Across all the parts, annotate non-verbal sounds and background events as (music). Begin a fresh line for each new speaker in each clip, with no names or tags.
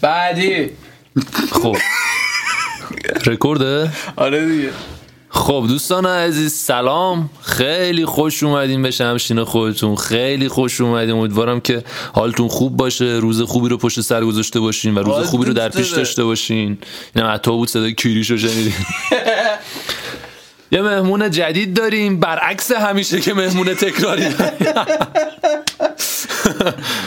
بعدی
خب رکورده
آره دیگه
خب دوستان عزیز سلام خیلی خوش اومدین به شمشین خودتون خیلی خوش اومدین امیدوارم که حالتون خوب باشه روز خوبی رو پشت سر گذاشته باشین و روز
حالتون
خوبی رو در پیش
چطوره؟
داشته باشین اینم عطا بود صدای کیریش رو شنیدین یه مهمون جدید داریم برعکس همیشه که مهمون تکراری داریم.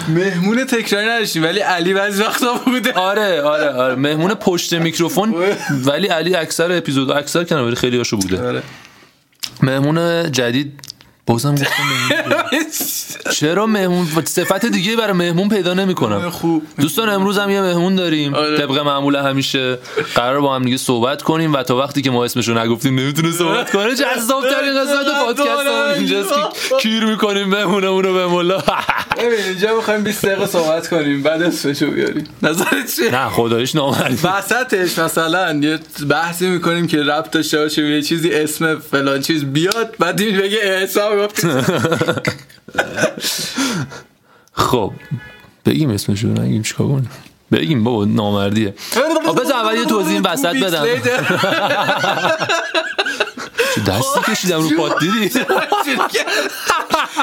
مهمون تکراری نداشتیم ولی علی بعضی وقتا بوده
آره آره آره مهمون پشت میکروفون ولی علی اکثر اپیزود اکثر کنه ولی خیلی هاشو بوده
آره
مهمون جدید بازم گفتم مهمون.
(laughs)
چرا مهمون صفت دیگه برای مهمون پیدا نمیکنم
آره. خوب
دوستان امروز هم یه مهمون داریم
خب. آره.
طبق معمول همیشه قرار با هم دیگه صحبت کنیم و تا وقتی که ما اسمش رو نگفتیم نمیتونه صحبت کنه جذاب ترین قسمت پادکست همون اینجاست که کیر میکنیم مهمونمون رو به ملا (laughs)
ببین اینجا میخوایم 20 دقیقه صحبت کنیم بعد اسمشو بیاریم نظرت چیه
نه خدایش نامردی
وسطش مثلا یه بحثی میکنیم که ربط داشته باشه به یه چیزی اسم فلان چیز بیاد بعد این بگه احساب گفت
خب بگیم اسمش رو نگیم چیکار کنیم بگیم بابا نامردیه آه، بذار اول یه توضیح این وسط بدم. چه دستی کشیدم رو پات دیدی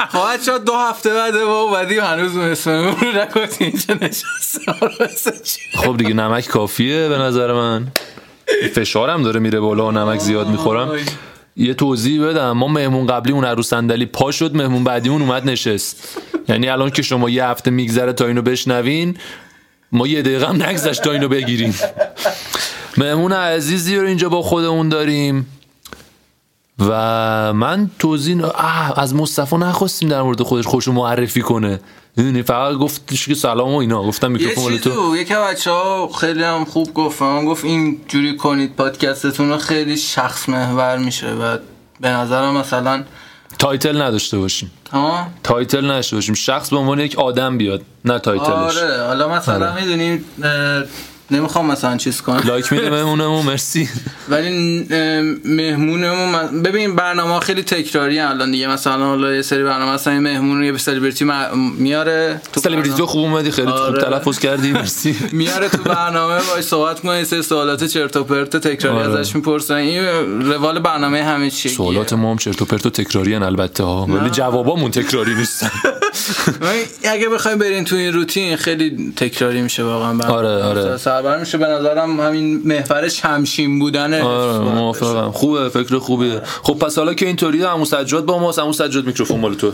خواهد شد دو هفته بعد ما اومدیم هنوز اون اسممون رو نگفتیم اینجا آره، نشسته آراسته چی؟
خب دیگه نمک کافیه به نظر من فشارم داره میره بالا و نمک زیاد میخورم
آی.
یه توضیح بدم ما مهمون قبلی اون عروس صندلی پا شد مهمون بعدیمون اومد نشست یعنی الان که شما یه هفته میگذره تا اینو بشنوین ما یه دقیقه هم نگذشت تا اینو بگیریم مهمون عزیزی رو اینجا با خودمون داریم و من توضیح اه، از مصطفی نخواستیم در مورد خودش خوش معرفی کنه می‌دونی، فقط گفتش که سلام و اینا گفتم
یه
میکروفون مال
چیزی
تو
بود. یکی بچه ها خیلی هم خوب گفت به من گفت این جوری کنید پادکستتون رو خیلی شخص محور میشه و به نظرم مثلا
تایتل نداشته باشیم
ها
تایتل نشه باشیم شخص به عنوان یک آدم بیاد نه تایتلش
آره حالا مثلا
آره.
میدونیم نمیخوام مثلا چیز کنم
لایک میده مهمونمون مرسی
ولی اه، مهمونمون من- ببین برنامه خیلی تکراری الان دیگه مثلا حالا یه سری برنامه مثلا یه مهمون رو یه سلبریتی م- میاره تو
سلبریتی
برنامه-
تو خوب اومدی خیلی
آره.
خوب تلفظ کردی مرسی
میاره تو برنامه باش صحبت کنه یه سری سوالات چرت و پرت تکراری
آره.
ازش میپرسن این روال برنامه همه چیه
سوالات ما هم چرت و پرت و تکراری البته ها ولی جوابامون تکراری نیستن
من- اگه بخوایم برین تو این روتین خیلی تکراری میشه واقعا برنامه.
آره، آره.
سربر میشه به نظرم همین محور شمشین بودن
آره موافقم خوبه فکر خوبیه خب پس حالا که اینطوریه عمو سجاد با ماست عمو سجاد میکروفون مال تو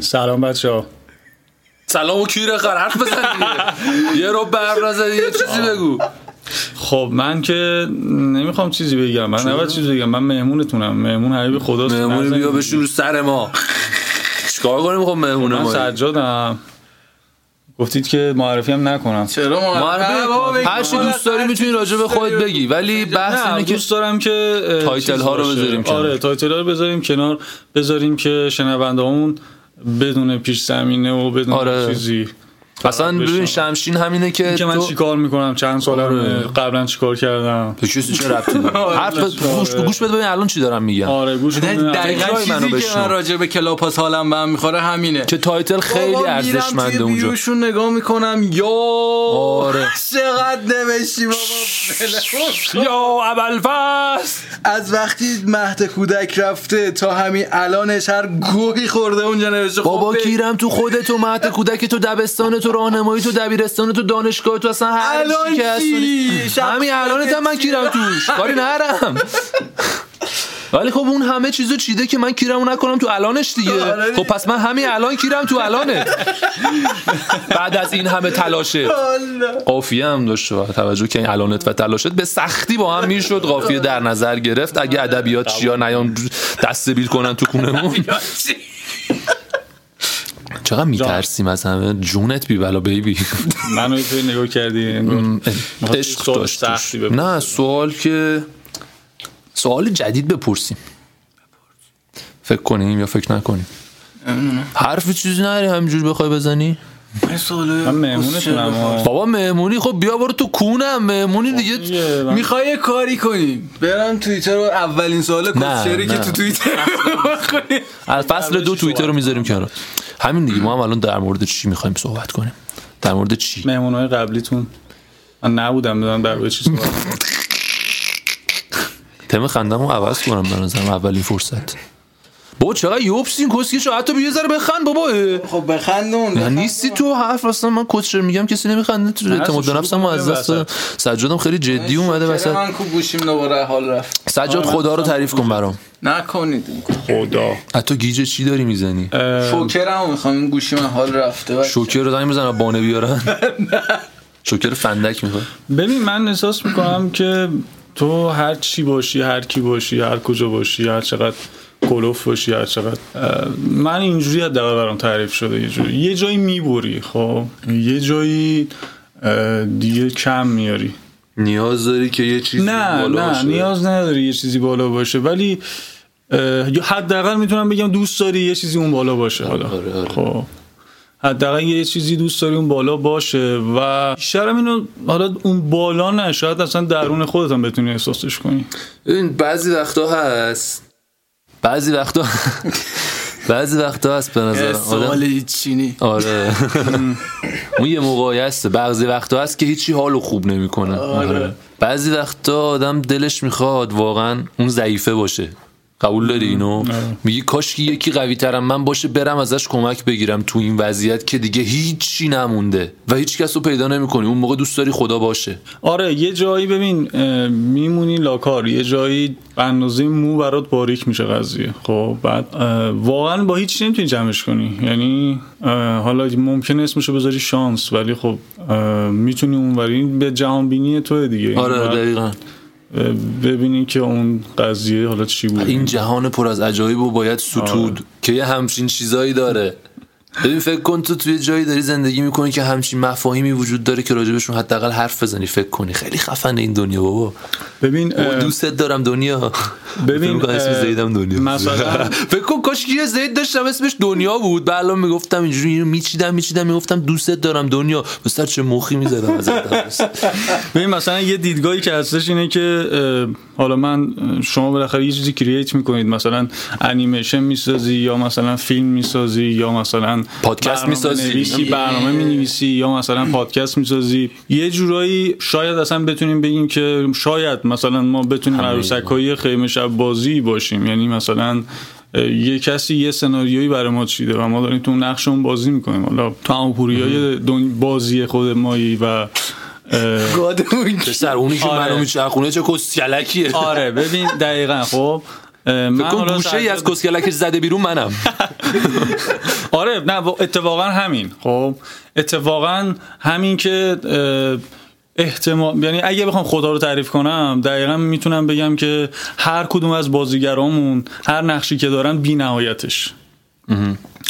سلام بچه ها
سلام و کیره خر حرف بزن دیگه. یه رو بر نزدی یه چیزی بگو
خب من که نمیخوام چیزی بگم من نباید چیزی بگم من مهمونتونم مهمون حبیب خداست
مهمون
نزنید.
بیا بشین رو سر ما چیکار کنیم خب مهمون
من
ما
سجادم گفتید که معرفی هم نکنم
چرا ما آره، نه، بابا،
معرفی
بگی.
هر چی دوست داری میتونی راجع به خودت بگی ولی بحث
نه
اینه که
دوست دارم که اه،
تایتل
چیز
ها رو
باشه.
بذاریم کنار.
آره تایتل ها رو بذاریم کنار بذاریم که شنونده بدون پیش زمینه و بدون
آره.
چیزی
اصلا ببین شمشین همینه که
که من
تو
چیکار میکنم چند سالم
آره.
قبلا چیکار کردم
به چیز چه ربطی داره حرف گوش گوش بده ببین الان چی دارم میگم
آره گوش
نه،
کنید.
دقیقا
فکرای منو
چیزی که
بشنو.
من راجع به کلاپاس حالم به هم میخوره همینه
که تایتل خیلی
بابا، میرم
ارزشمنده
توی
اونجا
ویوشون نگاه میکنم یا
آره.
چقدر نوشتی بابا
یا ابلفس
از وقتی مهد کودک رفته تا همین الانش هر گوهی خورده اونجا نوشته خب
بابا
به-
کیرم تو خودت و مهد کودک تو دبستان تو راهنمایی تو دبیرستان تو دانشگاه تو اصلا هر
الان
چی که هستونی
چی؟
همین الانت هم من کیرم
(laughs)
توش کاری نرم ولی خب اون همه چیزو چیده که من کیرمو نکنم تو الانش دیگه
آره دیگه.
خب پس من همین الان کیرم تو الانه بعد از این همه تلاشه
والا.
قافیه هم داشت و توجه که این الانت و تلاشت به سختی با هم میشد قافیه در نظر گرفت اگه ادبیات چیا نیان دست بیل کنن تو کونمون چقدر میترسیم از همه جونت بی بلا
(laughs)
بیبی
منو یه طوری نگاه کردی انگار. می‌خواستی
عشق
سوال
داشت توش.
سختی بپرسی.
نه سوال که سوال جدید بپرسیم فکر کنیم یا فکر نکنیم حرف چیزی نری همینجوری بخوای بزنی
من سوالای-
من مهمونتونم آه.
بابا مهمونی خب بیا برو تو کونم مهمونی دیگه
خب، یه من-
میخوای یه کاری کنیم برم توییتر رو اولین سوال کوچری که
نه.
تو توییتر بکنی.
از فصل دو توییتر رو میذاریم کنار همین دیگه ما هم الان در مورد چی میخوایم صحبت کنیم در مورد چی
مهمونهای قبلیتون من نبودم دادم در به چیز صحبت.
تم خندم رو عوض کنم به نظرم اولین فرصت بابا چقدر یوبسین کسکشو حتی به یه ذره بخند بابا اه.
خب بخندون
نه نیستی تو حرف اصلا من کوچر میگم کسی نمیخنده تو اعتماد به
شروع
نفسم رو از
کنیم
دست دادم سجادم خیلی جدی اومده وسط
من کو گوشیم دوباره حال رفت
سجاد
آره،
خدا رو تعریف کن برام
نکنید
خدا
از تو گیجه چی داری میزنی
شوکرمو میخوام این گوشی من حال رفته بچه.
شوکر رو زنگ بزن بانه
(laughs)
بیارن شوکر فندک میخواد
ببین من احساس میکنم که تو هر چی باشی هر کی باشی هر کجا باشی هر چقدر کلوف باشی هر چقدر اه، من اینجوری حداقل برام تعریف شده یه جوری یه جایی میبری خب یه جایی اه، دیگه کم میاری
نیاز داری که یه چیزی
نه
بالا
نه
باشه.
نیاز نداری یه چیزی بالا باشه ولی اه، یا حداقل میتونم بگم دوست داری یه چیزی اون بالا باشه حالا
آره، آره.
خب حداقل یه چیزی دوست داری اون بالا باشه و بیشترم اینو حالا اون بالا نه شاید اصلا درون خودت هم بتونی احساسش کنی
ببین بعضی وقتا هست بعضی وقتا (laughs) بعضی وقتا هست به
یه
نظر آدم
سوال چینی
آره اون یه موقعی هست بعضی وقتا هست که هیچی حالو خوب نمیکنه
آره.
آره. بعضی وقتا آدم دلش میخواد واقعا اون ضعیفه باشه قبول داری اینو میگی کاش که یکی قوی ترم من باشه برم ازش کمک بگیرم تو این وضعیت که دیگه هیچی نمونده و هیچ کس رو پیدا نمیکنی اون موقع دوست داری خدا باشه
آره یه جایی ببین اه، میمونی لاکار یه جایی به اندازه مو برات باریک میشه قضیه خب بعد اه، واقعا با هیچ چی نمیتونی جمعش کنی یعنی اه، حالا ممکنه اسمشو بذاری شانس ولی خب اه، میتونی اونوری به جهان بینی تو دیگه
آره
بعد،
دقیقا
اه، ببینی که اون قضیه حالا چی بود
این جهان پر از عجایب و باید ستود
آره.
که یه همچین چیزایی داره ببین فکر کن تو توی جایی داری زندگی میکنی که همچین مفاهیمی وجود داره که راجبشون حداقل حرف بزنی فکر کنی خیلی خفن این دنیا بابا
ببین اه،
بابا دوستت دارم دنیا
ببین،
فکر کنم اسم
اه،
زیدم دنیا
مثلا-
(laughs) فکر کن کاش یه زید داشتم اسمش دنیا بود بعد الان میگفتم اینجوری اینو میچیدم میچیدم میگفتم دوستت دارم دنیا به سر چه مخی میزدم
(laughs)
ازت
ببین مثلا یه دیدگاهی که هستش اینه که اه، حالا من اه، شما بالاخره یه چیزی کرییت میکنید مثلا انیمیشن میسازی یا مثلا فیلم میسازی یا مثلا
پادکست
برنامه
می‌سازی.
نویسی، برنامه مینویسی یا مثلا پادکست میسازی یه جورایی شاید اصلا بتونیم بگیم که شاید مثلا ما بتونیم عروسکای خیمه شب بازی باشیم یعنی مثلا اه، یه کسی یه سناریویی برای ما چیده و ما داریم تو اون نقش اون بازی میکنیم حالا تمام های بازی خود مایی و اه،
گادمون
سر اونی که
آره.
منو میچرخونه چه کسکلکیه
آره ببین دقیقا خب اه، من
فکر کن
حالا
گوشه ای از
سرجا-
کسکلکش زده بیرون منم
آره نه و- اتفاقا همین خب اتفاقا همین که اه، احتمال یعنی اگه بخوام خدا رو تعریف کنم دقیقا میتونم بگم که هر کدوم از بازیگرامون هر نقشی که دارن بی نهایتش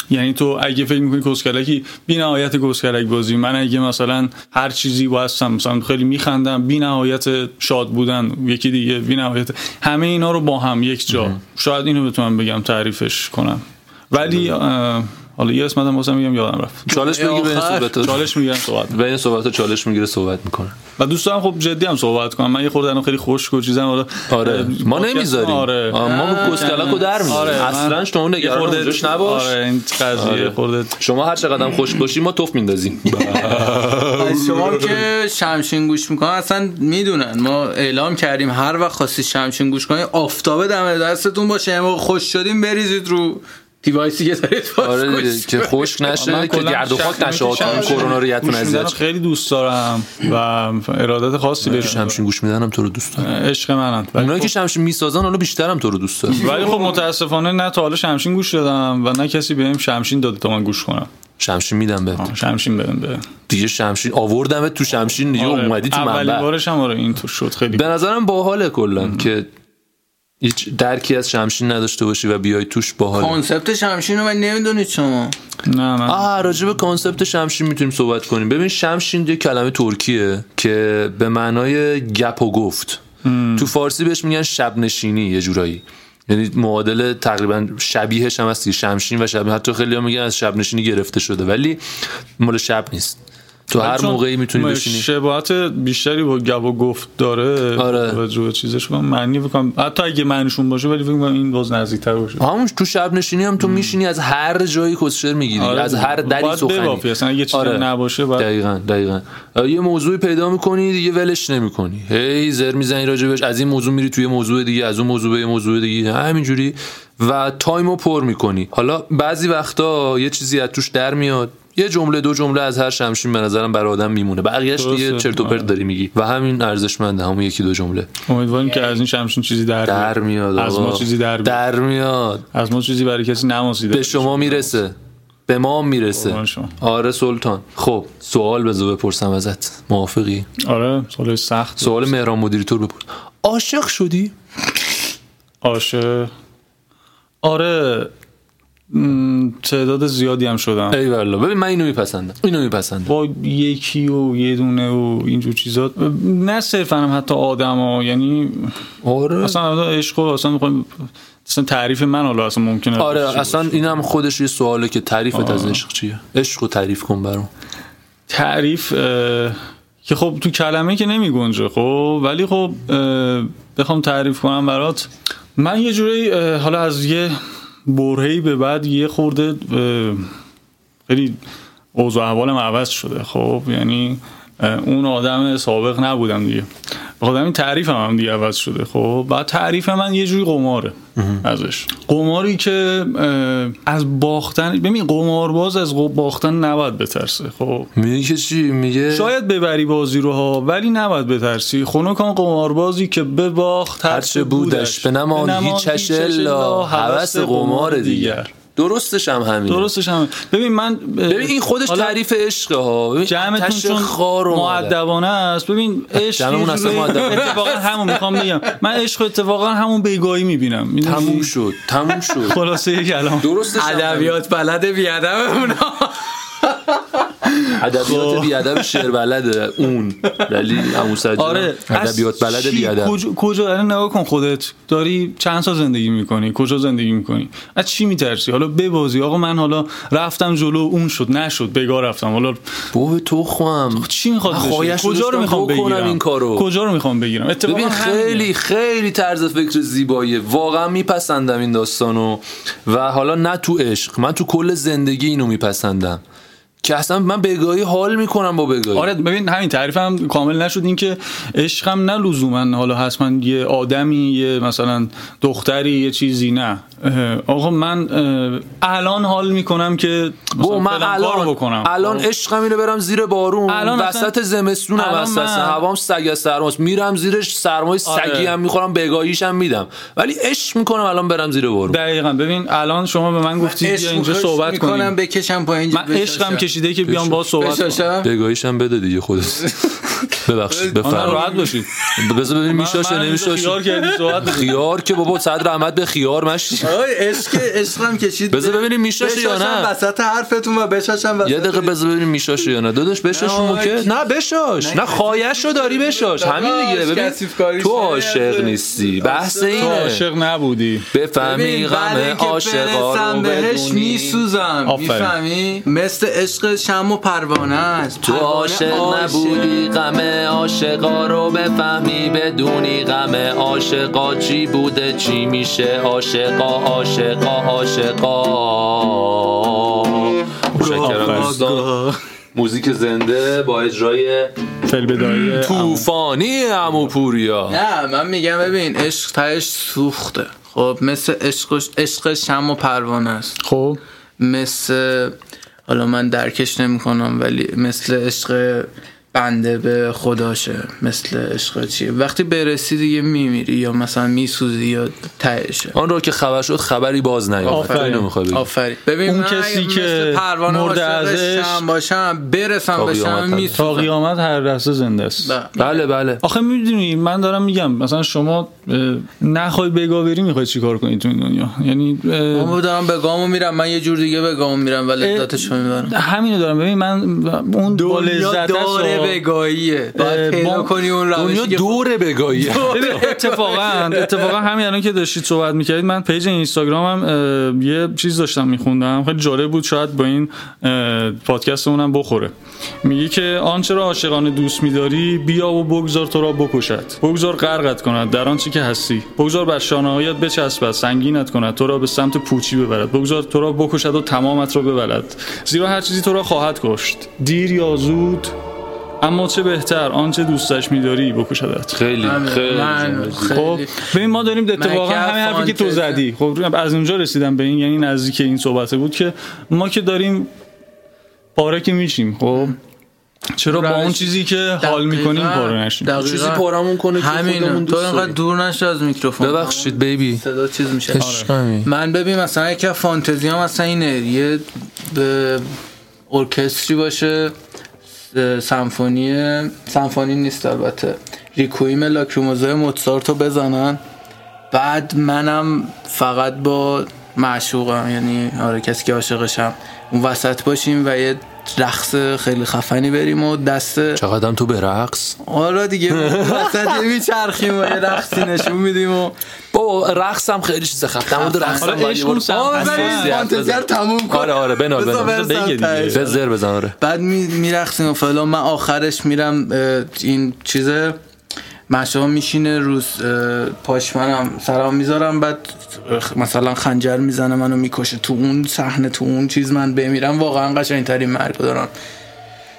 یعنی تو اگه فکر میکنی کسکلکی بی نهایت کسکلک بازی من اگه مثلا هر چیزی با هستم مثلا خیلی میخندم بی نهایت شاد بودن یکی دیگه بی نهایت همه اینا رو با هم یک جا شاید اینو بتونم بگم تعریفش کنم ولی
بله.
اه، حالا یه اسمت هم واسم میگم یادم رفت
چالش بگی به این
آخر
صحبت
چالش میگم صحبت
به این صحبت چالش میگیره صحبت میکنه
و دوست دارم خب جدی هم صحبت کنم من یه خورده الان خیلی خشک و چیزم حالا
آره
اه،
ما
پادکست-
نمیذاریم
آره
آه، ما
نه.
با کسکلکو در میذاریم
آره، من-
اصلا شما
یه
نگران
خورده-
اونجاش نباش
آره این قضیه
آره.
یه خورده
شما هر چقدر خوش باشی ما توف
(laughs)
میندازیم
از (laughs) شما که شمشین گوش میکنن اصلا میدونن ما اعلام کردیم هر وقت خواستی شمشین گوش کنی آفتابه دم دستتون باشه یعنی موقع خوش شدیم بریزید رو دیوایسی که دارید باز
آره دیگه،
گوش
که خشک
من
نشه که
کلاً
گرد و خاک
شخصیت
نشه آتان
شخصیت
کرونا رو یتون
گوش میدن
اذیت
خیلی دوست دارم و ارادت خاصی
آره.
بهش دارم.
شمشین گوش میدنم تو رو دوست دارم
عشق منن ولی
اونایی
خب-
که شمشین میسازن حالا بیشترم تو رو دوست دارم
(laughs) ولی خب متاسفانه نه تا حالا شمشین گوش دادم و نه کسی بهم شمشین داده تا من گوش کنم
شمشین میدم به
شمشین بهم بده
دیگه شمشین آوردمت تو شمشین دیگه
آره،
اومدی تو
اولین
منبع
بارش هم آره این تو شد خیلی
به نظرم باحاله کلا که هیچ درکی از شمشین نداشته باشی و بیای توش باحاله
کانسپت شمشین رو من نمیدونید شما
نه من
آه راجع به کانسپت شمشین میتونیم صحبت کنیم ببین شمشین یه کلمه ترکیه که به معنای گپ و گفت تو فارسی بهش میگن شب نشینی یه جورایی یعنی معادل تقریبا شبیهش هم هستی شمشین و شب حتی خیلی میگن از شب نشینی گرفته شده ولی مال شب نیست تو هر
چون
موقعی میتونی بشینی
شباهت بیشتری با گب و گفت داره خب
آره.
راجع به چیزش من معنی بکنم حتی اگه معنیشون باشه ولی فکر کنم این باز نزدیکتر باشه
همون تو شب نشینی هم تو میشینی از هر جایی کسشر میگیری
آره،
از هر دری
باید ببافی.
سخنی
اصلا اگه چیزی
آره.
نباشه باید
دقیقا دقیقا یه موضوعی پیدا میکنی دیگه ولش نمیکنی هی زر میزنی راجبش از این موضوع میری توی موضوع دیگه از اون موضوع به یه موضوع دیگه همینجوری و تایمو پر میکنی حالا بعضی وقتا یه چیزی از توش در میاد یه جمله دو جمله از هر شمشین به نظرم برای آدم میمونه بقیه‌اش دیگه
درسته. آره.
چرت و پرت داری میگی و همین ارزشمنده همون یکی دو جمله
امیدواریم که از این شمشون چیزی در,
یعنی در میاد
از ما
آقا.
چیزی در, بیاد.
در میاد
از ما چیزی برای کسی نماسیده
به شما میرسه به ما هم میرسه
قربان شما.
آره سلطان خب سوال بذار بپرسم ازت موافقی
آره سوال سخت
سوال مهران مدیری تور بپرس عاشق شدی
آشه آره م، تعداد زیادی هم شدم
ای والله ببین من اینو میپسندم اینو میپسندم
با یکی و یه دونه و اینجور چیزا نه صرفا هم حتی آدما یعنی
آره
اصلا الان عشق و اصلا میخوایم اصلا تعریف من حالا اصلا ممکنه
آره
چی
اصلا
باشه.
اینم خودش یه سواله که تعریفت از عشق چیه عشق رو تعریف کن برام
تعریف اه، که خب تو کلمه که نمی گنجه خب ولی خب اه، بخوام تعریف کنم برات من یه جوری اه، حالا از یه برهی به بعد یه خورده اه، خیلی اوضاع احوالم عوض شده خب یعنی اه، اون آدم سابق نبودم دیگه بخاطر این تعریفم هم دیگه عوض شده خب بعد تعریف من یه جوری قماره ازش قماری که اه، از باختن ببین قمارباز از قم- باختن نباید بترسه خب
میگه که چی میگه
شاید ببری بازی رو ها ولی نباید بترسی خنکان قماربازی که بباخت
هرچه بودش به نمان هیچش الا هوس قمار دیگر درستش هم همینه
درستش هم ببین من
ببین این خودش تعریف عشقه ها ببین
جمعتون
آتش
چون
خار و مادر.
معدبانه است ببین عشق یه
جمعمون اصلا
جوری- (laughs)
مودبانه.
اتفاقا همون میخوام بگم من عشق اتفاقا همون بیگاهی میبینم
تموم شد تموم شد
خلاصه یه کلام
درستش هم
ادبیات بلد بیادم (laughs) اونا
خب.
ادبیات بی ادب شعر بلده اون ولی عمو سجاد
آره
ادبیات
از
بلده
چی؟
بی ادب
کجا کجا الان نگاه کن خودت داری چند سال زندگی میکنی کجا زندگی میکنی از چی میترسی حالا ببازی آقا من حالا رفتم جلو اون شد نشد بگاه رفتم حالا
بو تو خوام
چی میخواد
من
بشه
خواهش
کجا رو
داشتم
میخوام
بکنم
بگیرم
این کارو.
کجا رو میخوام بگیرم اتفاقا
ببین
همینه.
خیلی خیلی طرز فکر زیباییه واقعا میپسندم این داستانو و حالا نه تو عشق من تو کل زندگی اینو میپسندم که اصلا من بگاهی حال میکنم با بگاهی
آره ببین همین تعریفم کامل نشد این که عشقم نه لزوما حالا حتما یه آدمی یه مثلا دختری یه چیزی نه اه، آقا من اه، الان حال میکنم که مثلا
بابا من
فلان کارو
الان
بکنم خب.
الان عشقم اینه برم زیر بارون
الان اصلا-
وسط زمستونم
الان
هست
من-
اصلا هوام سگ از سرماست میرم زیرش سرمای
آره.
سگی هم میخورم بگاهیش هم میدم ولی عشق میکنم الان برم زیر بارون
دقیقا ببین الان شما به من گفتی بیا اینجا صحبت
کنم
کنیم
بکشم پایین
من عشقم کشیده که بیام با صحبت کنم
بشاشم
بگاهیش هم بده دیگه خودت ببخشید
(laughs) آنها
بفرم
راحت باشید
بذار ببینیم میشاشه
آره. من- من اینجا
نمیشاشه
خیار کردی صحبت کنیم.
خیار که بابا صد رحمت به خیار
آره.
مشی
آی عشق عشقم کشید
بذار ببینیم میشاشه یا نه.
بشاشم وسط حرفتون و بشاشم وسط
یه دقیقه بذار ببینیم میشاشه یا نه داداش بشاش
نه،
اون موکه
آقا،
نه بشاش نه خایش رو داری بشاش همین دیگه
داداش،
ببین
کثیفکاری
تو
شده.
عاشق نیستی بحث
تو
اینه
عاشق نبودی
بفهمی
ببین بعد
غم
اینکه
عاشقا
برسم
رو
بهش
بدونی
میسوزم
آفرین.
میفهمی مثل عشق شم و پروانه است
تو
پروانه
عاشق نبودی غم عاشقا رو بفهمی بدونی غم عاشقا چی بوده چی میشه عاشقا عاشقا عاشقا مشکرم دوستان موزیک زنده با اجرای
فیل بدایی
طوفانی عمو پوریا
نه من میگم ببین عشق تهش سوخته خب مثل عشق عشق شم و پروانه است
خب
مثل حالا من درکش نمیکنم ولی مثل عشق بنده به خداشه مثل عشق چیه وقتی برسی دیگه میمیری یا مثلا میسوزی یا تهشه
آن را که خبر شد خبری باز نیامد
آفرین.
تو اینو می‌خوای بگی؟
آفرین ببین
اون
من اگه
کسی
مثل
که
پروانه
مرده
عاشق
ازش-
شم باشم برسم
تا
به شم
قیامت
تا
میسوزم
قیامت هر لحظه زنده است
بله بله
آخه میدونی من دارم میگم مثلا شما اه، نخوای بگا بری میخوای چیکار کنی تو این دنیا یعنی اه،
من دارم به گامو میرم من یه جور دیگه به گامو میرم و لذتشو میبرم
همینو دارم ببین من اون با لذت است
داره
آقا.
بگاهیه باید
اه،
پیدا
ما-
کنی اون
دنیا
روشی که
دوره بگاهی
ببین، اتفاقا اتفاقا همین الان که داشتید صحبت میکردید من پیج اینستاگرامم اه، یه چیز داشتم میخوندم خیلی جالب بود شاید با این اه، پادکستمونم بخوره میگه که آنچه را عاشقانه دوست میداری بیا و بگذار تو را بکشد بگذار غرقت کند در آنچه که هستی بگذار بر شانههایت بچسبد سنگینت کند تو را به سمت پوچی ببرد بگذار تو را بکشد و تمامت را ببلد زیرا هر چیزی تو را خواهد کشت دیر یا زود اما چه بهتر آنچه دوستش میداری بکشدت
خیلی
همین.
خیلی
من
خب
خیلی
ببین ما داریم اتفاقا
مکه
همین حرفی که تو
فانتزی.
زدی خب از اونجا رسیدم به این یعنی نزدیک این صحبته بود که ما که داریم پاره که میشیم خب چرا با اون چیزی که حال میکنیم
دقیقاً-
پاره نشیم
دقیقاً.
چیزی پارمون کنه که خودمون
همین تو
دوست
اینقدر
داریم.
دور نشو از میکروفون
ببخشید بیبی
صدا چیز میشه
عشقمی.
من ببین مثلا یکی از فانتزی هم مثلا اینه یه اه، ارکستری باشه اه، سمفونی سمفونی نیست البته ریکویم لاکریموزای موتسارتو بزنن بعد منم فقط با معشوقم یعنی آره کسی که عاشقشم اون وسط باشیم و یه رقص خیلی خفنی بریم و دست
چقدرم تو به رقص
آره دیگه وسط یه میچرخیم و یه رقصی نشون میدیم و
با رقصم خیلی چیز خفن در مورد رقصم
آره،
باید یه
عشق
بار
اون سمت.
آقا
بحث
بذار این
ریزی حرف
فانتزی رو
بزنیم.
تموم کن
آره آره بنال
بذار
بنال
برسم
بگه دیگه.
تهش.
بذار زر بزن آره
بعد می- میرقصیم و فلان من آخرش میرم اه، این چیزه مشام میشینه روز اه، پاشمنم سرام میذارم بعد اه، مثلا خنجر میزنه منو میکشه تو اون صحنه تو اون چیز من بمیرم واقعا قشنگترین مرگ رو دارم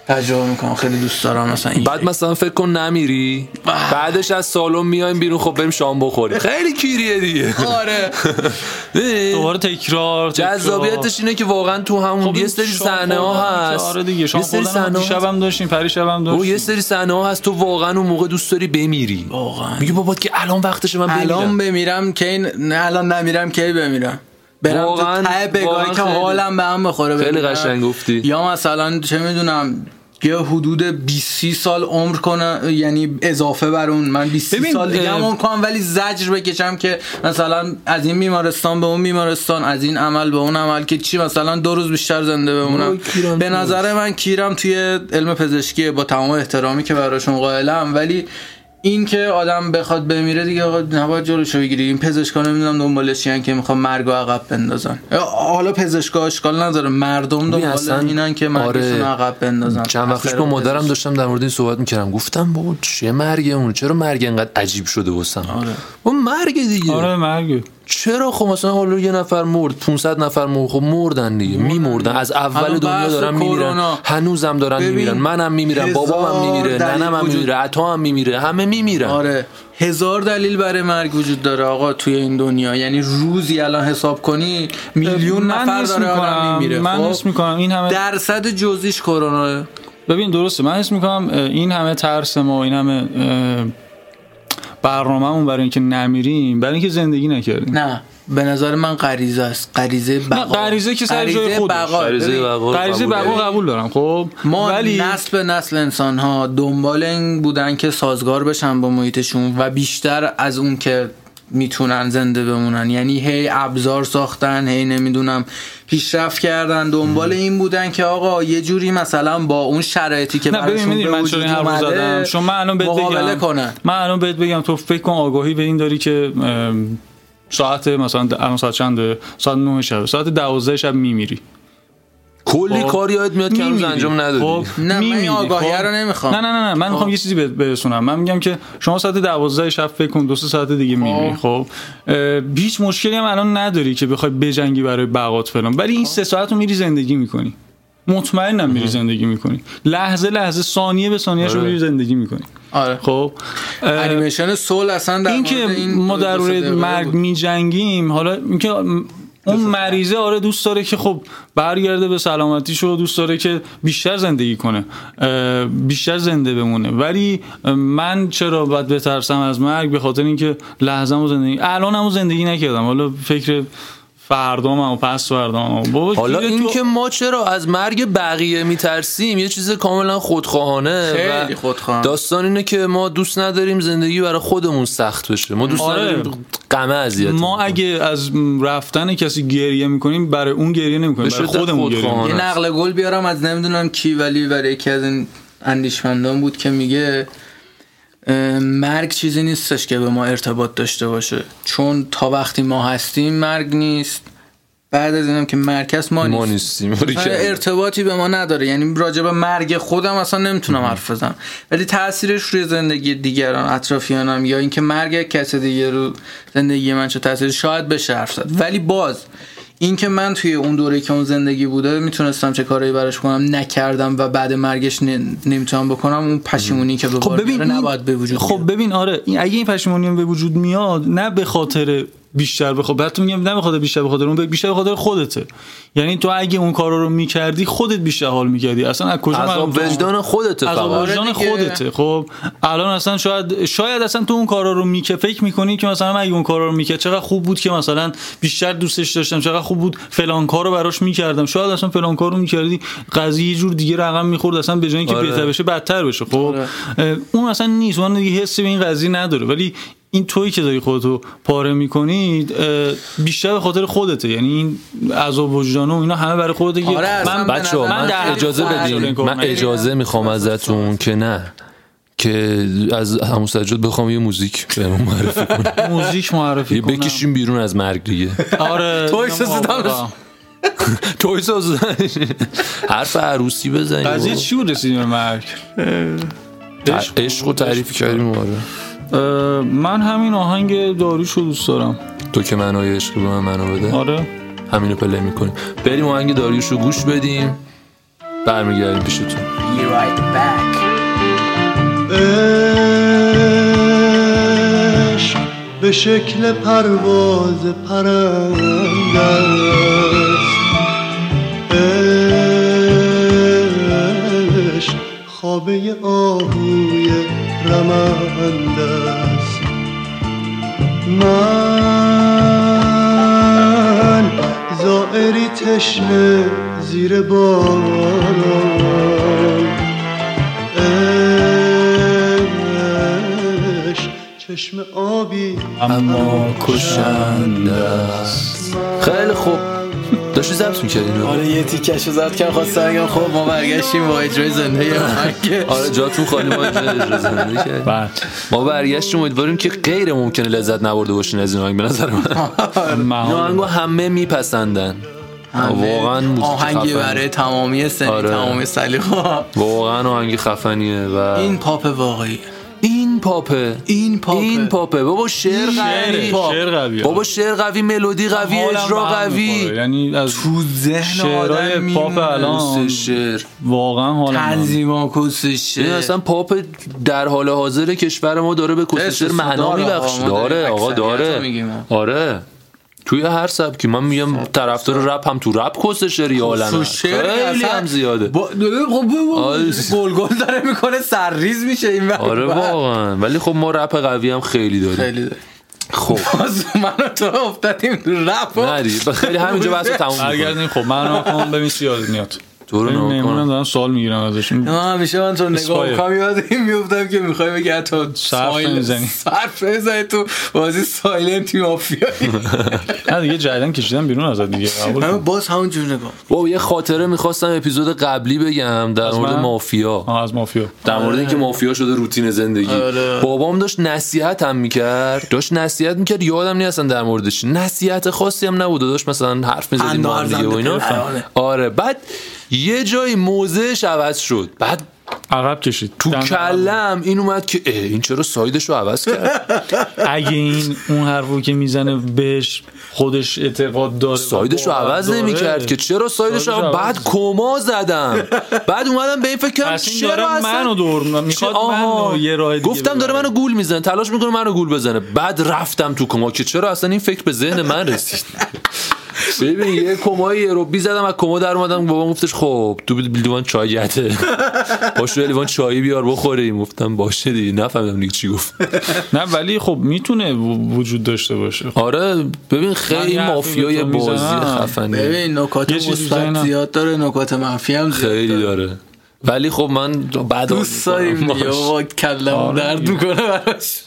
تجربه میکنم خیلی دوست دارم مثلا این
بعد مثلا فکر کن نمیری بعدش از سالن میایم بیرون خب بریم شام بخوریم بله. (laughs) خیلی کیریه دیگه
آره
دوباره تکرار تکرار.
جذابیتش اینه که واقعا تو همون
خب
یه
این
سری
شام
صحنه ها
خوردن
هست
که آره دیگه شام
یه سری
خوردن
صحنه
هم
ها هست.
شبم داشتیم پری شبم
او یه
داشتیم
سری صحنه ها هست تو واقعا اون موقع دوست داری بمیری
واقعا
میگه بابات که الان وقتشه من
الان
بمیرم
بمیرم که این نه الان نمیرم کی بمیرم برم
واقعاً-
تو ته بگاهی
واقعاً
که
خیلی-
حالم به هم بخوره
خیلی
بمیرم.
قشنگ گفتی.
یا مثلا چه میدونم یه حدود 20 سال عمر کنم یعنی اضافه بر اون من 20
ببین،
سال دیگه هم
اه،
عمر کنم ولی زجر بکشم که مثلا از این بیمارستان به اون بیمارستان از این عمل به اون عمل که چی مثلا دو روز بیشتر زنده بمونم
وای، کیرم
به
تو.
نظر من کیرم توی علم پزشکی با تمام احترامی که براشون قائلم ولی این که آدم بخواد بمیره دیگه آقا نباید جلوشو بگیری این پزشکا نمیدونم دنبالش یعنی که میخوام مرگ و عقب بندازن حالا پزشکا اشکال نداره مردم
ببین
دنبال
اصلا-
اینن که مرگشون
آره.
عقب بندازن
چند وقت پیش
اثر
با مادرم
پزشک.
داشتم در مورد این صحبت میکردم گفتم بابا چه مرگ اون چرا مرگ انقدر عجیب شده واسم
آره.
اون مرگ دیگه
آره مرگ
چرا خب مثلا حالا یه نفر مرد 500 نفر مرد خب مردن دیگه میمردن از اول
الان
دنیا
بحث
دارن
کرونا.
میمیرن هنوزم دارن
ببین،
میمیرن منم میمیرم
هزار
بابامم میمیره
دلیل
ننم هم
وجود-
میمیره عطا هم میمیره همه میمیرن
آره هزار دلیل برای مرگ وجود داره آقا توی این دنیا یعنی روزی الان حساب کنی میلیون
من
نفر
حس
داره آدم
می‌کنم-
میمیره
من
خب؟
حس میکنم این همه
درصد جزئیش کرونا
ببین درسته من حس میکنم این همه ترس ما و این همه برنامهمون برای اینکه نمیریم برای اینکه زندگی نکردیم
نه به نظر من غریزه است غریزه بقا
نه، غریزه که سر جای
غریزه
خودش.
بقا.
غریزه
ببین،
بقا.
غریزه
قبول
بقا
داری.
قبول دارم خب
ما
ولی
نسل به نسل انسان ها دنبال این بودن که سازگار بشن با محیطشون و بیشتر از اون که میتونن زنده بمونن یعنی هی ابزار ساختن هی نمیدونم پیشرفت کردن دنبال این بودن که آقا یه جوری مثلا با اون شرایطی که
نه ببین
براشون
می‌دونی
به
من چرا
وجود
این حرف رو
اومده
زدم چون من الان بهت
مقابله
بگم
کنن
من الان بهت بگم تو فکر کن آگاهی به این داری که ام، ساعت مثلا د- الان ساعت چنده ساعت 9 شب ساعت 12 شب میمیری
کلی
خب.
کار یاد میاد که هنوز انجام ندادی
نه، من این
می‌میری،
آگاهی
خب.
رو نمی‌خوام.
نه نه نه نه من میخوام یه چیزی بهت برسونم من میگم که شما ساعت 12 شب فکر کن دو سه ساعت دیگه میمیری خب اه، هیچ مشکلی هم الان نداری که بخوای بجنگی برای بقات فلان ولی این سه ساعت رو میری زندگی میکنی مطمئنم میری زندگی میکنی لحظه لحظه ثانیه به ثانیه رو
آره.
میری زندگی میکنی
آره
خب اه،
انیمیشن سول اصلا در
این
مورد
که
این
ما
دو- دو
در
سه
مورد
دقیقه
مرگ
بود.
می جنگیم حالا اینکه اون مریضه آره دوست داره که خب برگرده به سلامتیش و دوست داره که بیشتر زندگی کنه اه، بیشتر زنده بمونه ولی اه، من چرا باید بترسم از مرگ به خاطر اینکه لحظه و زندگی الانمو زندگی نکردم حالا فکر فردام و پس فردام بابا
حالا
جیره تو-
اینکه ما چرا از مرگ بقیه میترسیم یه چیز کاملا خودخواهانه
خیلی
و
خودخواهانه.
داستان اینه که ما دوست نداریم زندگی برای خودمون سخت بشه ما دوست
آره.
نداریم غم اذیت
ما اگه از رفتن کسی گریه میکنیم برای اون گریه نمیکنیم
به
برای
شدت
خودمون گریه
خودخواهانه.
یه نقل گل بیارم از نمیدونم کی ولی برای یکی از این اندیشمندان بود که میگه اه، مرگ چیزی نیستش که به ما ارتباط داشته باشه چون تا وقتی ما هستیم مرگ نیست بعد از اینم که مرکز ما
ما
نیست
نیستیم
آره، ارتباطی به ما نداره یعنی راجع به مرگ خودم اصلا نمیتونم حرف بزنم ولی تاثیرش روی زندگی دیگران اطرافیانم یا اینکه مرگ کس دیگه رو زندگی من چه تاثیری شاید بشه حرف زد ولی باز اینکه من توی اون دوره که اون زندگی بوده میتونستم چه کارایی براش کنم نکردم و بعد مرگش ن- نمیتونم بکنم اون پشیمونی که به بار میاره
خب، این-
نباید به وجود
خب
بیاد.
ببین آره این اگه این پشیمونی هم به وجود میاد نه به خاطر بیشتر به خاطر حتی میگم نه به خاطر بیشتر به خاطر اون بیشتر به خاطر خودته یعنی تو اگه اون کارا رو میکردی خودت بیشتر حال میکردی اصلا از کجا معلوم
عذاب
تو-
وجدان خودت
از
فقط
آره
وجدان
دیگه.
خودته خب الان اصلا شاید شاید اصلا تو اون کارا رو میکه فکر میکنی که مثلا من اگه اون کارا رو میکرد چقدر خوب بود که مثلا بیشتر دوستش داشتم چقدر خوب بود فلان کارو براش میکردم شاید اصلا فلان کارو میکردی قضیه یه جور دیگه رقم میخورد اصلا به جای اینکه
آره.
بهتر بشه بدتر بشه خب
آره.
اه، اون اصلا نیست اون دیگه حسی به این قضیه نداره ولی این تویی که داری خودتو پاره میکنی بیشتر به خاطر خودته یعنی این عذاب وجدان و اینا همه برای خودت
آره، اصلا به
بچه
نظر
من
من خیلی
اجازه
خوب
شده این
بدین
کار
من
نکنی.
اجازه میخوام ازتون که نه که از همون سجاد بخوام یه موزیک بهمون معرفی
(laughs)
کنه
موزیک معرفی
یه
کنم
بکشیم بیرون از مرگ دیگه
(laughs) آره
تو احساس دمش-
توی ساز حرف عروسی
قضیه
بزنیم
چی بود رسیدیم به مرگ
عشق رو تعریف کردیم آره
اه، من همین آهنگ داریوش رو دوست دارم
تو که منای عشق به من منو بده
آره
همینو پلی میکنیم بریم آهنگ داریوش رو گوش بدیم برمیگردیم پیشتون
Be right back.
عشق به شکل پرواز پرنده است عشق خوابه آهوی رمنده است من زائری تشنه زیر باران عشق چشم آبی
اما
کشنده خیلی خوب داشتی ضبط میکردی
آره یه تیکش رو زد که خواستم بگم خب ما برگشتیم با اجرای زنده یه آهنگ.
آره جاتون خالی ما اینجا اجازه زندگی کردیم.
(laughs)
ما برگشتیم امیدواریم که غیر ممکنه لذت نبرده باشین از این آهنگ به نظر من این آهنگو همه میپسندن واقعا موزیک
آهنگی
خفنه.
برای تمامی سنی
آره.
تمامی سلیقه
واقعا آهنگ خفنیه و
این پاپ واقعی
این پاپه
این پاپ
این پاپه بابا شعر قوی
شعره، شعر قویه.
بابا شعر قوی ملودی قوی اجرا قوی
یعنی از
تو ذهن
شعرهای
آدم
پاپ
میمونه.
الان.
شعر
واقعا حال
تنظیما
این
کسشه
یعنی اصلا پاپ در حال حاضر کشور ما داره به کسشر معنا
داره آقا،
میبخشه
ما داریم
داره آقا
اکثریت رو
داره
میگیم.
آره توی هر سبکی من میگم طرفدار رپ هم تو رپ کسشر
خب،
یا عالمه خیلی هم زیاده
با... خب
آره.
گل گل داره میکنه سرریز میشه این ور
آره
اون ور.
واقعا ولی خب ما رپ قوی هم خیلی داریم
خیلی داره.
خب
باز من و تو افتادیم تو رپ و-
نه دیگه، خیلی همینجا بحث رو تموم می‌کنیم.
اگر خب من رو کنم ببین سیاد میاد
تو رو
این
نگاه کن.
مهمونم دارم سال میگیرم ازش
ما همیشه من تو نگاه
اسپایر.
میکنم یاد این میفتم که میخوای بگی حتی سایل-
نمی‌زنی.
صرف نمیزنی تو بازی سایلنت مافیایی
(laughs)
نه دیگه جدیدن کشیدم بیرون ازت دیگه قبول
من
کن.
باز همون جور نگاه
بابا یه خاطره میخواستم اپیزود قبلی بگم در مورد
من؟
مافیا
آه، از مافیا
در مورد اینکه مافیا شده روتین زندگی
آره.
بابام داشت نصیحت هم میکرد داشت نصیحت میکرد یادم نیست اصلا در موردش نصیحت خاصی هم نبود و داشت مثلا حرف میزدیم
اندازم
با هم دیگه و
به
اینا
پدرانه.
آره بعد یه جایی موزهش عوض شد بعد
عقب کشید
تو
دم-
کلم این اومد که اه این چرا سایدش رو عوض
(laughs)
کرد
اگه این اون حرفو که میزنه بهش خودش اعتقاد داره
سایدش رو عوض
داره.
نمیکرد که چرا سایدش رو
سایدش
عوض-
عوض.
بعد کما زدم بعد اومدم به این فکر کردم
پس این داره
چرا اصلا
منو دور می‌کنه. میخواد
چه- آها.
منو یه راه دیگه
گفتم داره
ببره.
منو گول میزنه تلاش میکنه منو گول بزنه بعد رفتم تو کما که چرا اصلا این فکر به ذهن من
(laughs)
رسید ببین یه کمای یه روبی زدم از کما در اومدم بابام گفتش خب تو بی- لیوان چای
(laughs)
گرده باش یه لیوان چای بیار بخوریم گفتم باشه دیگه نفهمیدم دیگه چی گفت
نه ولی خب میتونه و- وجود داشته باشه خب
آره ببین
من
خیلی
یه حرفی
مافیای
به تو
بازی
می‌زنم.
خفنی
ببین نکات
یعنی یه چیز
مثبت
ذهنم.
زیاد داره نکات منفی هم زیاد
خیلی داره ولی خب من بعد
دوست داریم یا با کلم
آره.
درد میکنه براش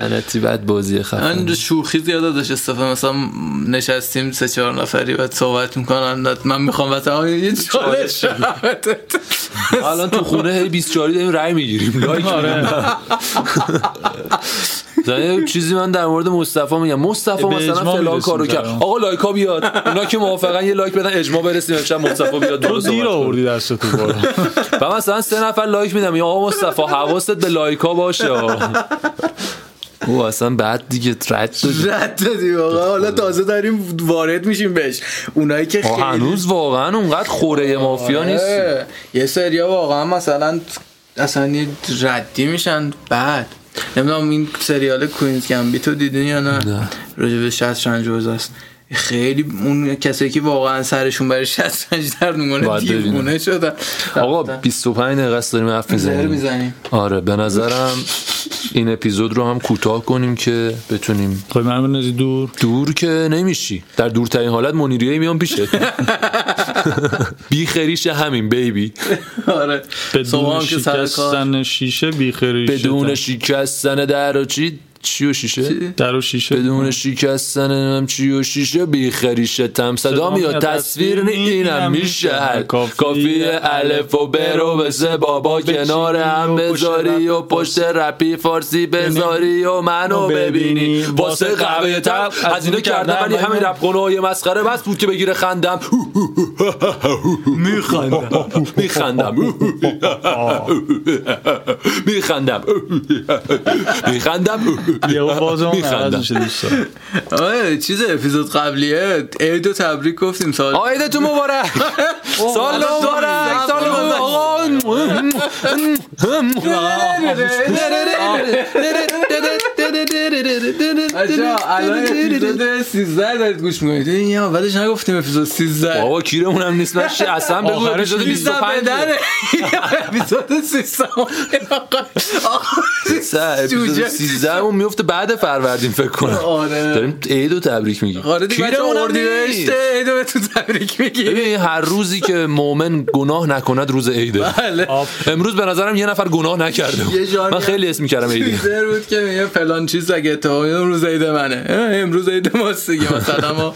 لعنتی بعد بازی خفن
من شوخی زیاد ازش استفاده مثلا نشستیم سه چهار نفری بعد صحبت میکنن من میخوام مثلا یه چالش
الان تو خونه هی 24 داریم رای میگیریم
(laughs)
لایک
آره.
می‌زنیم. چیزی من در مورد مصطفی میگم مصطفی
به
مثلا
اجماع
فلان
می‌رسیم
کارو کرد
جناب.
آقا لایک ها بیاد اونا که موافقن یه لایک بدن اجماع برسیم امشب مصطفی بیاد
تو
درست (laughs) صحبت
دیر
کنه.
آوردی دست تو بارو
(laughs) و مثلا سه نفر لایک میدم یا آقا مصطفی حواست به لایک ها باشه او اصلا بعد دیگه رد شد
(laughs) رد دادی آقا حالا تازه داریم وارد میشیم بهش اونایی که
آه،
خیلی
هنوز واقعا اونقدر خوره مافیا
آره.
نیست
یه سریا واقعا مثلا اصلا یه ردی میشن بعد نمیدونم این سریال کوینز گمبیتو دیدین یا نه,
نه.
راجع به شطرنج است خیلی اون کسایی که واقعا سرشون برای شطرنج درد میکنه
باید ببینم.
دیوونه شدن
آقا 25 دقیقه است داریم حرف
زهر
میزنیم
میزنیم
آره به نظرم این اپیزود رو هم کوتاه کنیم که بتونیم
خب من بندازی دور
دور که نمیشی در دورترین حالت منیریه میام پیشت بی خریش همین بیبی
آره صبح
بدون
هم که سر کار
شکستن شیشه بیخری
بدون شکستن در و چی چی و شیشه
در و شیشه
بدون شکستن هم چی و شیشه بی خریشتم صدا
صدا
میاد
میاد.
تصویر نی-
تصویر
اینم
نی-
میشه
کافیه
کافیه الف و برو به سه بابا
بچینی
کنار
و
هم
پشت
بذاری
رپ یعنی
و پشت رپی فارسی بذاری و منو
منو
ببینی
ببینی.
واسه قهوه تب هزینه کردم ولی همین رپ های مسخره بس بود که بگیره خندم
میخندم
میخندم میخندم میخندم
یهو باز اون عوض
میخندم
میشه دوستان
(laughs)
آره چیز اپیزود قبلیه عید و تبریک گفتیم سال
آیدتون مبارک سال مبارک سال مبارک آقا.
بچه‌ها، الان اپیزود 13 دارید گوش میکنید این یه اولش نگفتیم اپیزود 13
بابا کیرمون هم نیست من چی- اصلا بگو
آخرش
اپیزود 25
بدنه. اپیزود 13 آقا،
سه، اپیزود
جوجه.
13 اون میفته بعد فروردین فکر کنم
آره
داریم عید و تبریک میگیم
آره دیگه بچه
کیرمون هم
اردی
نیست.
بهشته عیدو به تو تبریک میگی
ببین هر روزی که مؤمن گناه نکند روز عیده
بله
امروز به نظرم یه نفر گناه نکرده بود.
یه جانی
من خیلی اسم کردم عیدی
چیزر بود که میگه فلان چیز اگه اتفاقی افتاد، امروز عید منه اه، امروز عید ماست دیگه مثلا ما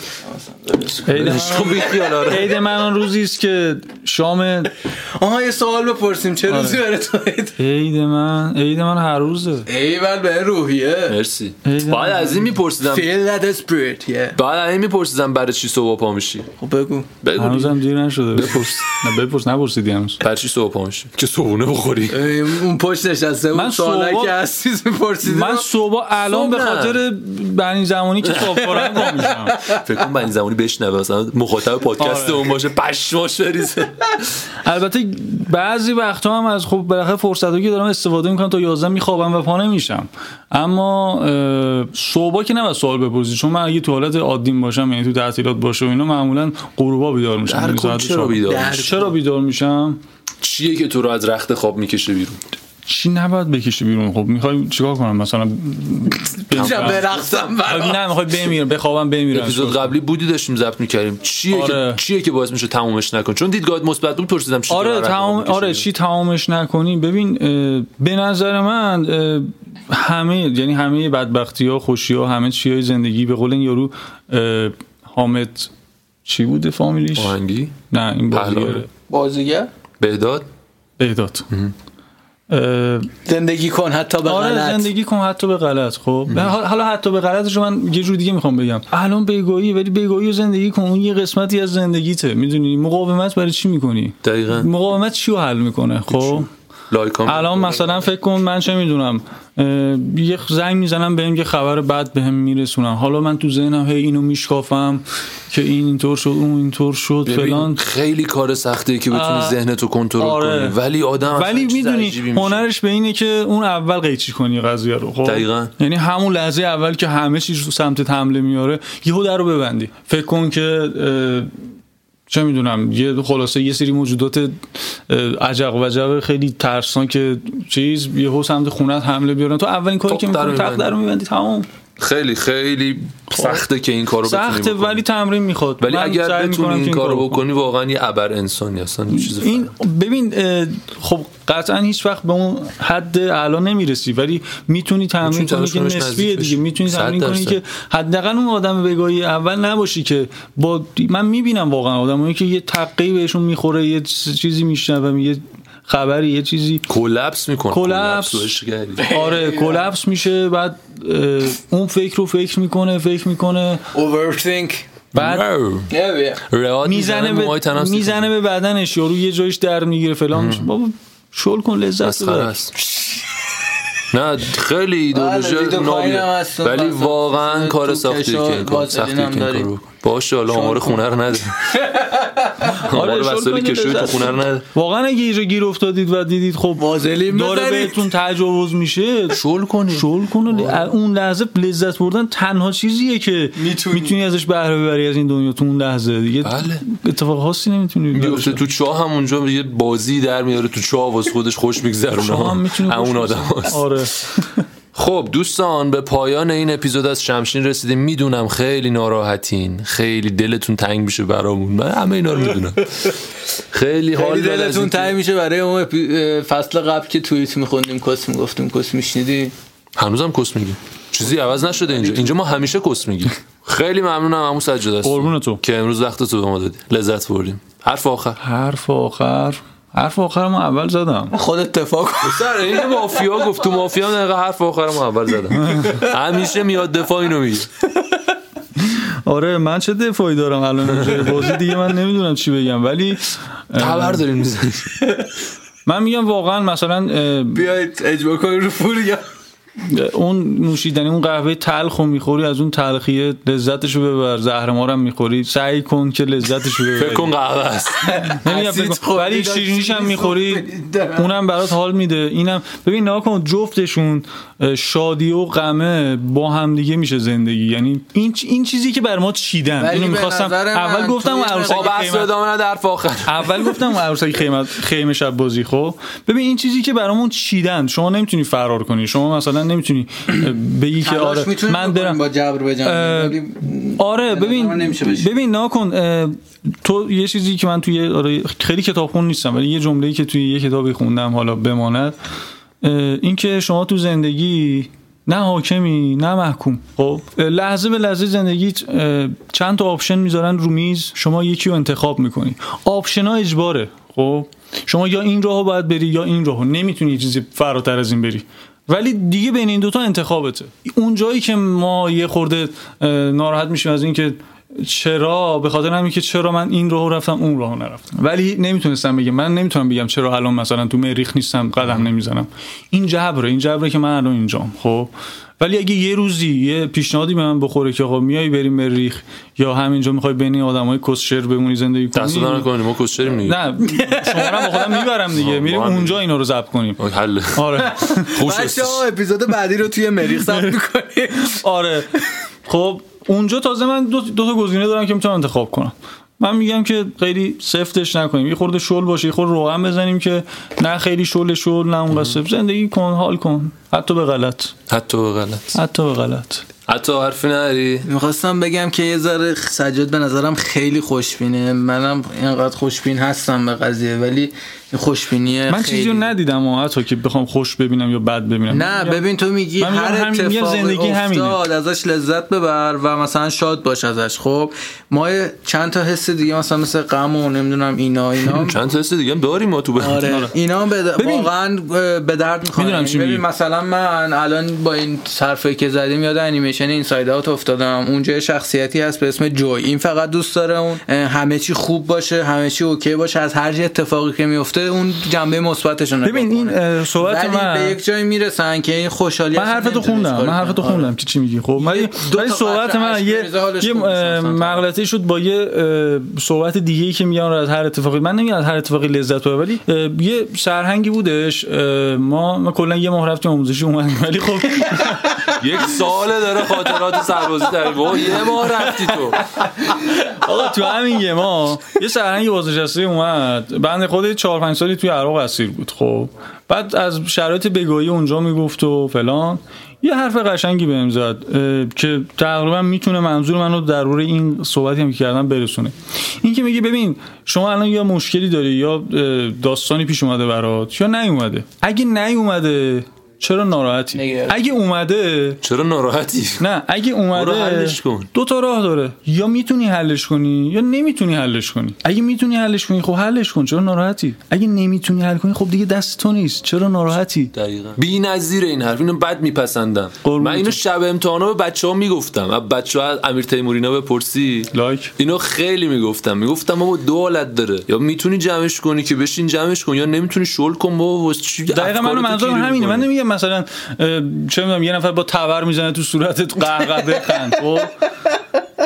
عید من-
خب بی خیال، آره.
عید من اون روزی است که شام
آها یه سوال بپرسیم چه روزی برای تو عید
عید من عید من هر روزه
ایول به روحیه
مرسی باید از این میپرسیدم
feel that spirit yeah
باید از این میپرسیدم برای چی صبح پا میشی
خب بگو
بگو دیگه.
هنوزم دیر نشده بپرس نه بپرس یعنی. نپرسیدی هنوز
برای چی صبح پا میشی که صبحونه بخوری
اه، اون پشت نشسته اون
من
سوالی
صبح-
که از چیز میپرسیدی
من صبح الان
صبح
به
نه.
خاطر بنی زمانی که صبح خورم پا میشم
فکر کنم این زمانی بشنوه مثلا مخاطب پادکست
آره.
اون باشه پشماش بریزه
البته بعضی وقتها هم از خب بالاخره فرصتی که دارم استفاده میکنم تا 11 میخوابم و پا نمیشم اما اه، صبحا که نباید سوال بپرسی چون من اگه تو حالت عادیم باشم یعنی تو تعطیلات باشه و اینا معمولا غروبا بیدار میشم
هر
یعنی
کم
ساعت
چرا
چهار.
بیدار میشی؟
چرا بیدار میشم
چیه که تو رو از رخت خواب میکشه بیرون
چی نباید بکشی بیرون خب میخوای چیکار کنم
(laughs)
مثلا
میشم برقصم برات.
نه میخوای بمیرم بخوابم بمیرم
اپیزود قبلی بودی داشتیم ضبط میکردیم چیه
آره.
که چیه که باعث میشه تمومش نکن چون دیدگاهت مثبت بود پرسیدم چی تو رو
آره
از رخت خواب
تمام
می‌کشه
آره
بیرون؟
چی تمامش نکنی ببین اه، به نظر من اه، همه یعنی همه بدبختی ها خوشی ها همه چی های زندگی به قول این یارو اه، حامد چی بوده فامیلیش
آهنگی
نه این آره،
پهلوی.
بازیگره
بازیگر
بهداد
بهداد اه،
زندگی کن حتی به
آره
غلط
زندگی کن حتی به غلط خب نه، حالا حالا حتی به غلطش رو من یه جور دیگه میخوام بگم الان بیگایی ولی بیگایی رو زندگی کن اون یه قسمتی از زندگیته میدونی مقاومت برای چی میکنی
دقیقا
مقاومت چی رو حل میکنه خب
لایک هم
الان مثلا فکر کن من چه میدونم اه، یه زنگ میزنم بهم یه خبر بد بهم میرسونم حالا من تو ذهنم هی اینو میشکافم که این اینطور شد اون اینطور شد فلان
ببین، خیلی کار سختیه که بتونی
آه.
ذهنتو کنترل
آره.
کنی ولی آدم اصلا
ولی
چیز
میدونی
عجیبی میشه.
هنرش به اینه که اون اول قیچی کنی قضیه رو خب
دقیقاً.
یعنی همون لحظه اول که همه چیز رو سمت حمله میاره یهو در رو ببندی فکر کن که اه، چه میدونم یه خلاصه یه سری موجودات اه، عجق و عجب خیلی ترسان که چیز یهو سمت خونت حمله بیارن تو اولین کاری
تاق
که
در
میکنی
می‌بندی.
تق در رو میبندی تمام
خیلی خیلی سخته که این کارو بتونی
سخته
بکنی.
ولی تمرین میخواد
ولی اگر بتونی این کارو بکنی واقعا یه ابر انسانی هستن یه چیز
این ببین اه، خب قطعا هیچ وقت به اون حد اعلا نمیرسی ولی میتونی تمرین
می‌تونی
کنی
تلاش
که
کنیش
نسبیه
نزدیک
دیگه
بشی.
میتونی
صد
تمرین کنی
درصد.
که حداقل اون آدم بگاهی اول نباشی که با من میبینم واقعا آدمایی که یه تقی بهشون میخوره یه چیزی میشنوم یه خبری یه چیزی
(laughs) کلپس میکنه
کلپس. آره کلپس میشه بعد اه، اون فکر رو فکر میکنه فکر میکنه
overthink
بعد
نه بیا.
میزنه به میزنه به بدنش یارو یه جایش در میگیره فلان میشه. بابا شل کن لذت
مسخره
ببر
است نه خیلی ایدئولوژی
بله، دید و پایین هم
نابیه
هست.
ولی
بس-
واقعا
بس-
کار
تو
سختیه
کشا،
که این کار
وازلین
سختیه که
هم
این کار
داری.
رو باشه حالا آمار خونه رو
(laughs)
نده
آره،
آمار
شل
وسایلی
کنید
که شوی تو
لذت
خونه رو نده
واقعا اگه اینجا گیر افتادید و دیدید خب
وازلین
داره
بزنید.
بهتون تجاوز میشه
شل کنی
شل کن و ل- اون لحظه لذت بردن تنها چیزیه که
می‌تونی.
میتونی ازش بهره ببری از این دنیا تو اون لحظه دیگه
بله.
اتفاق خاصی نمیتونی
میفته تو چاه هم اونجا یه بازی در میاره تو چاه واسه خودش خوش میگذرونه
هم میتونی خوش
اون آدم
بگذرونی.
هاست.
آره
خب دوستان به پایان این اپیزود از شمشین رسیدیم میدونم خیلی ناراحتین خیلی دلتون تنگ میشه برامون من همه اینا رو میدونم خیلی حال
خیلی
داد از
دلتون
اینکه-
تنگ میشه برای اون اپی- اه، فصل قبل که توییت میخوندیم کس میگفتیم کس میشنیدی
هنوزم کس میگیم چیزی عوض نشده اینجا اینجا ما همیشه کس میگیم خیلی ممنونم عمو سجاد هست
قربون تو
که امروز وقت تو به ما دادی لذت بردیم حرف آخر
حرف آخر حرف آخر ما اول زدم
خود اتفاق
سر این مافیا گفت تو مافیا هم دقیقا حرف آخر ما اول زدم همیشه میاد دفاع اینو میگه
آره من چه دفاعی دارم الان راجع به بازی دیگه من نمیدونم چی بگم ولی
خبر دارین میزنی
من میگم واقعا مثلا اه،
بیاید اجبا کنیم رو پول یا
اون نوشیدنی اون قهوه تلخ رو میخوری از اون تلخیه لذتشو ببر زهر مارم میخوری سعی کن که لذتشو
(laughs)
ببری
فکر کن قهوه است
نمی‌گم
اسید
فکر کن.
خوردی،
ولی
داشتی
شیرینیش هم
می‌سوخت
میخوری
دهنت.
اونم برات حال میده اینم ببین نگاه کن جفتشون اه، شادی و غمه با هم دیگه میشه زندگی یعنی این چ- این چیزی که بر ما چیدن
ولی
اینو
به
میخواستم
نظر من
اول
تو
گفتم
این
عروسک
خب بحث
قیمت-
ادامه نده حرف آخر
اول گفتم عروسک خیمه خیمه شب بازی خب ببین این چیزی که برامون چیدن شما نمیتونی فرار کنی شما مثلا نمیتونی بگی که آره من برم
با جبر به جنگ.
اه،
ولی- به
آره
نظر من
ببین
نمیشه بشه.
ببین ناکن اه، تو یه چیزی که من توی آره خیلی کتابخون نیستم ولی یه جمله‌ای که توی یه کتابی خوندم حالا بماند اه، این که شما تو زندگی نه حاکمی نه محکوم خب اه، لحظه به لحظه زندگی چند تا آپشن میذارن رو میز شما یکی رو انتخاب میکنی آپشن ها اجباره خب شما یا این راهو باید بری یا این راهو نمیتونی یه چیزی فراتر از این بری ولی دیگه بین این دوتا انتخابته اون جایی که ما یه خورده اه، ناراحت میشیم از اینکه چرا به خاطر همین که چرا من این راهو رفتم اون راهو نرفتم ولی نمیتونستم بگم من نمیتونم بگم چرا الان مثلا تو مریخ نیستم قدم نمیزنم این جبره این جبره که من الان اینجام خب ولی اگه یه روزی یه پیشنهادی به من بخوره که آقا میای بریم مریخ یا همینجا میخوای بین آدمای کسشر بمونی زندگی کنی
دست دادن کنیم ما کسچریم نیگه
نه شما رو هم با خودم میبرم دیگه میریم
با هم
اونجا اینا رو ضبط کنیم
حل
آره
خوش
بچه ها اپیزود بعدی رو توی مریخ ثبت میکنیم
آره خب اونجا تازه من دو, دو تا گزینه دارم که میتونم انتخاب کنم من میگم که خیلی سفتش نکنیم یه خورده شل باشه یه خورده روغن بزنیم که نه خیلی شل شل نه اونقدر سفت زندگی کن حال کن حتی به غلط
حتی به غلط
حتی به غلط
حتی حرفی نری
میخواستم بگم که یه ذره سجاد به نظرم خیلی خوشبینه منم اینقدر خوشبین هستم به قضیه ولی این خوشبینی
من
خیلی-
چیزی رو ندیدم و حتی که بخوام خوش ببینم یا بد ببینم
نه ببین تو میگی
من میگم
هر
همین، میگم
اتفاقی
زندگی همینه.
افتاد ازش لذت ببر و مثلا شاد باش ازش خب ما یه چند تا حس دیگه مثلا مثل غم و نمیدونم اینا اینا
چند تا حس دیگه هم داریم ما تو برنامه.
آره اینا به د-
ببین.
واقعا اه، به درد
میدونم
میخوام
چی
ببین
میگی.
مثلا من الان با این صرفه که زدیم یاد انیمیشن اینساید اوت افتادم اونجا یه شخصیتی هست به اسم جوی این فقط دوست داره اون اه، همه چی خوب باشه همه چی اوکی باشه از هر چی اتفاقی که میفته اون جنبه مثبتش رو نگاه
ببین این
کنه.
اه، صحبت
ولی به
من
یک جایی میرسن که این خوشحالی
من حرفتو خوندم من حرفتو خوندم که چی میگی خب ولی
دو
ولی
تا
صحبت
قطره
من
اشک
یه
بریزه حالش
یه
خوب میشه مثلا.
مغلطه شد با یه اه، صحبت دیگه ای که میگن رو از هر اتفاقی من نمیگم از هر اتفاقی لذت ببر ولی اه، یه سرهنگی بودش اه، ما ما کلا یه ماه رفتیم آموزشی اومدیم ولی خب
یک ساله داره خاطرات سربازی در بابا یه ما رفتی تو
آقا تو همین یه ما یه سرهنگ بازنشسته اومد بنده خود 4 5 سالی توی عراق اسیر بود خب بعد از شرایط بگاهی اونجا میگفت و فلان یه حرف قشنگی بهم زد اه، که تقریبا میتونه منظور منو در روی این صحبتی هم که کردم برسونه این که میگه ببین شما الان یا مشکلی داری یا اه، داستانی پیش اومده برات یا نیومده اگه نیومده چرا ناراحتی
نگران.
اگه اومده
چرا ناراحتی
نه اگه اومده
برو حلش کن.
دو تا راه داره یا میتونی حلش کنی یا نمیتونی حلش کنی اگه میتونی حلش کنی خب حلش کن چرا ناراحتی اگه نمیتونی حل کنی خب دیگه دست تو نیست چرا ناراحتی
دقیقا بی نظیر این حرف اینو بد میپسندم
قربونتون.
من اینو شب امتحانا به بچه ها میگفتم از بچه ها از امیر تیمورینا بپرسی
لایک
اینو خیلی میگفتم میگفتم بابا دو حالت داره یا میتونی جمعش کنی که بشین جمعش کن یا نمیتونی شل کن بابا واسه چی
دقیقا
افکارتو
منو منظورم
گیر
همینه من
می‌کنی؟
نمیگم مثلا اه، چه میدونم یه نفر با تبر میزنه تو صورتت قهقه بخند خب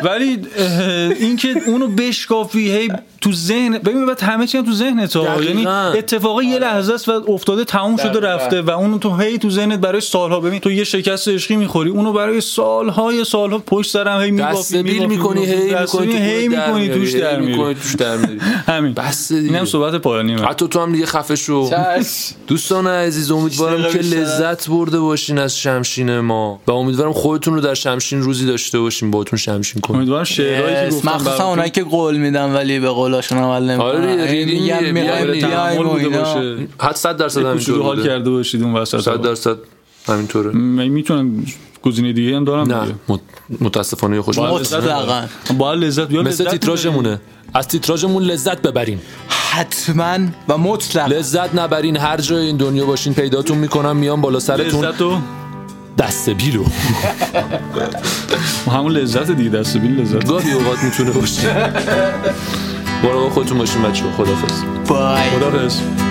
ولی اه، اینکه اونو بشکافی هی تو ذهن ببین بعد همه چی هم تو ذهنت ها
دقیقاً. آره.
یعنی اتفاقا یه لحظه است و افتاده تموم شده
دقیقاً.
رفته و اونو تو هی تو ذهنت برای سالها ببین تو یه شکست عشقی میخوری اونو برای سالهای سالها پشت سرم هی میبافی
دست بیل
میبافی،
میکنی
میبافی.
هی
دست
میکنی
بیل هی میکنی توش در میری
توش در
(laughs)
میری
همین
بس دیگه.
اینم صحبت پایانی من
حتی تو هم دیگه خفه شو
(laughs)
چش
دوستان عزیز امیدوارم
هیچ
که
دقیقه بیشتر.
لذت برده باشین از شمشین ما و امیدوارم خودتون رو در شمشین روزی داشته باشیم باهاتون شمشین کنیم
امیدوارم شعرهایی
Yes.
که گفتم
مخصوصا
براتون
اونایی که قول میدن ولی به قولاشون عمل نمیکنن یعنی
آره دیگه، ریدینگ یه
میگن
بیاره،
بیایم
تعامل
و
بوده
اینا
باشه
حد صد درصد
کوچولو
همینطور
حال
بوده
کرده باشید اون وسط
صد
رو.
درصد همینطوره
من میتونم گزینه دیگه هم دارم
نه
دیگه.
مت- متاسفانه خوش
باید لذت
مطلقاً.
ببریم. باید لذت یا
مثل
لذت ببریم.
تیتراژمونه از تیتراژمون لذت ببرین
حتما و مطلق
لذت نبرین هر جای این دنیا باشین پیداتون میکنم میام بالا سرتون
لذت و
دست بیلو
همون لذت دیگه دست بیل لذت
گاهی اوقات میتونه باشه برو خودتون باشین بچه خدافز
بای
خدا رس